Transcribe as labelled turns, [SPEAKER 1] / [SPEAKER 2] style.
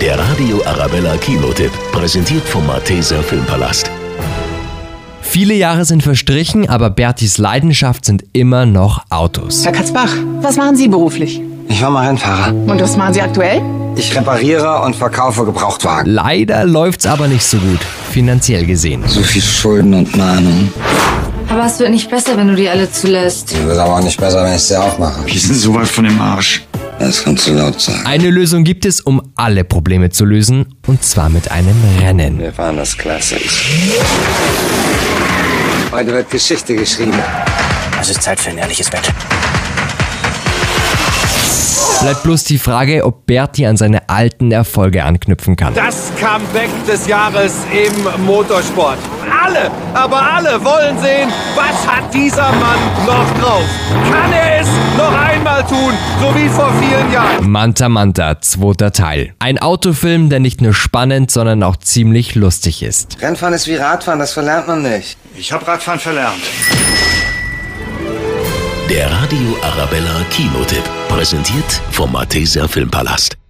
[SPEAKER 1] Der Radio Arabella Kinotipp, präsentiert vom Malteser Filmpalast.
[SPEAKER 2] Viele Jahre sind verstrichen, aber Bertis Leidenschaft sind immer noch Autos.
[SPEAKER 3] Herr Katzbach, was machen Sie beruflich?
[SPEAKER 4] Ich war mal Rennfahrer.
[SPEAKER 3] Und was machen Sie aktuell?
[SPEAKER 4] Ich repariere und verkaufe Gebrauchtwagen.
[SPEAKER 2] Leider läuft's aber nicht so gut, finanziell gesehen.
[SPEAKER 4] So viel Schulden und Mahnung.
[SPEAKER 5] Aber es wird nicht besser, wenn du die alle zulässt.
[SPEAKER 4] Wird aber auch nicht besser, wenn ich sie aufmache.
[SPEAKER 6] Die sind so weit von dem Arsch.
[SPEAKER 4] Das kannst du laut sagen.
[SPEAKER 2] Eine Lösung gibt es, um alle Probleme zu lösen, und zwar mit einem Rennen.
[SPEAKER 4] Wir fahren das klassisch. Heute wird Geschichte geschrieben.
[SPEAKER 7] Es ist Zeit für ein ehrliches Bett.
[SPEAKER 2] Bleibt bloß die Frage, ob Berti an seine alten Erfolge anknüpfen kann.
[SPEAKER 8] Das Comeback des Jahres im Motorsport. Alle, aber alle wollen sehen, was hat dieser Mann noch drauf? Kann er es noch einmal tun, so wie vor vielen Jahren?
[SPEAKER 2] Manta Manta, zweiter Teil. Ein Autofilm, der nicht nur spannend, sondern auch ziemlich lustig ist.
[SPEAKER 4] Rennfahren ist wie Radfahren, das verlernt man nicht.
[SPEAKER 6] Ich hab Radfahren verlernt.
[SPEAKER 1] Der Radio Arabella Kinotipp, präsentiert vom Malteser Filmpalast.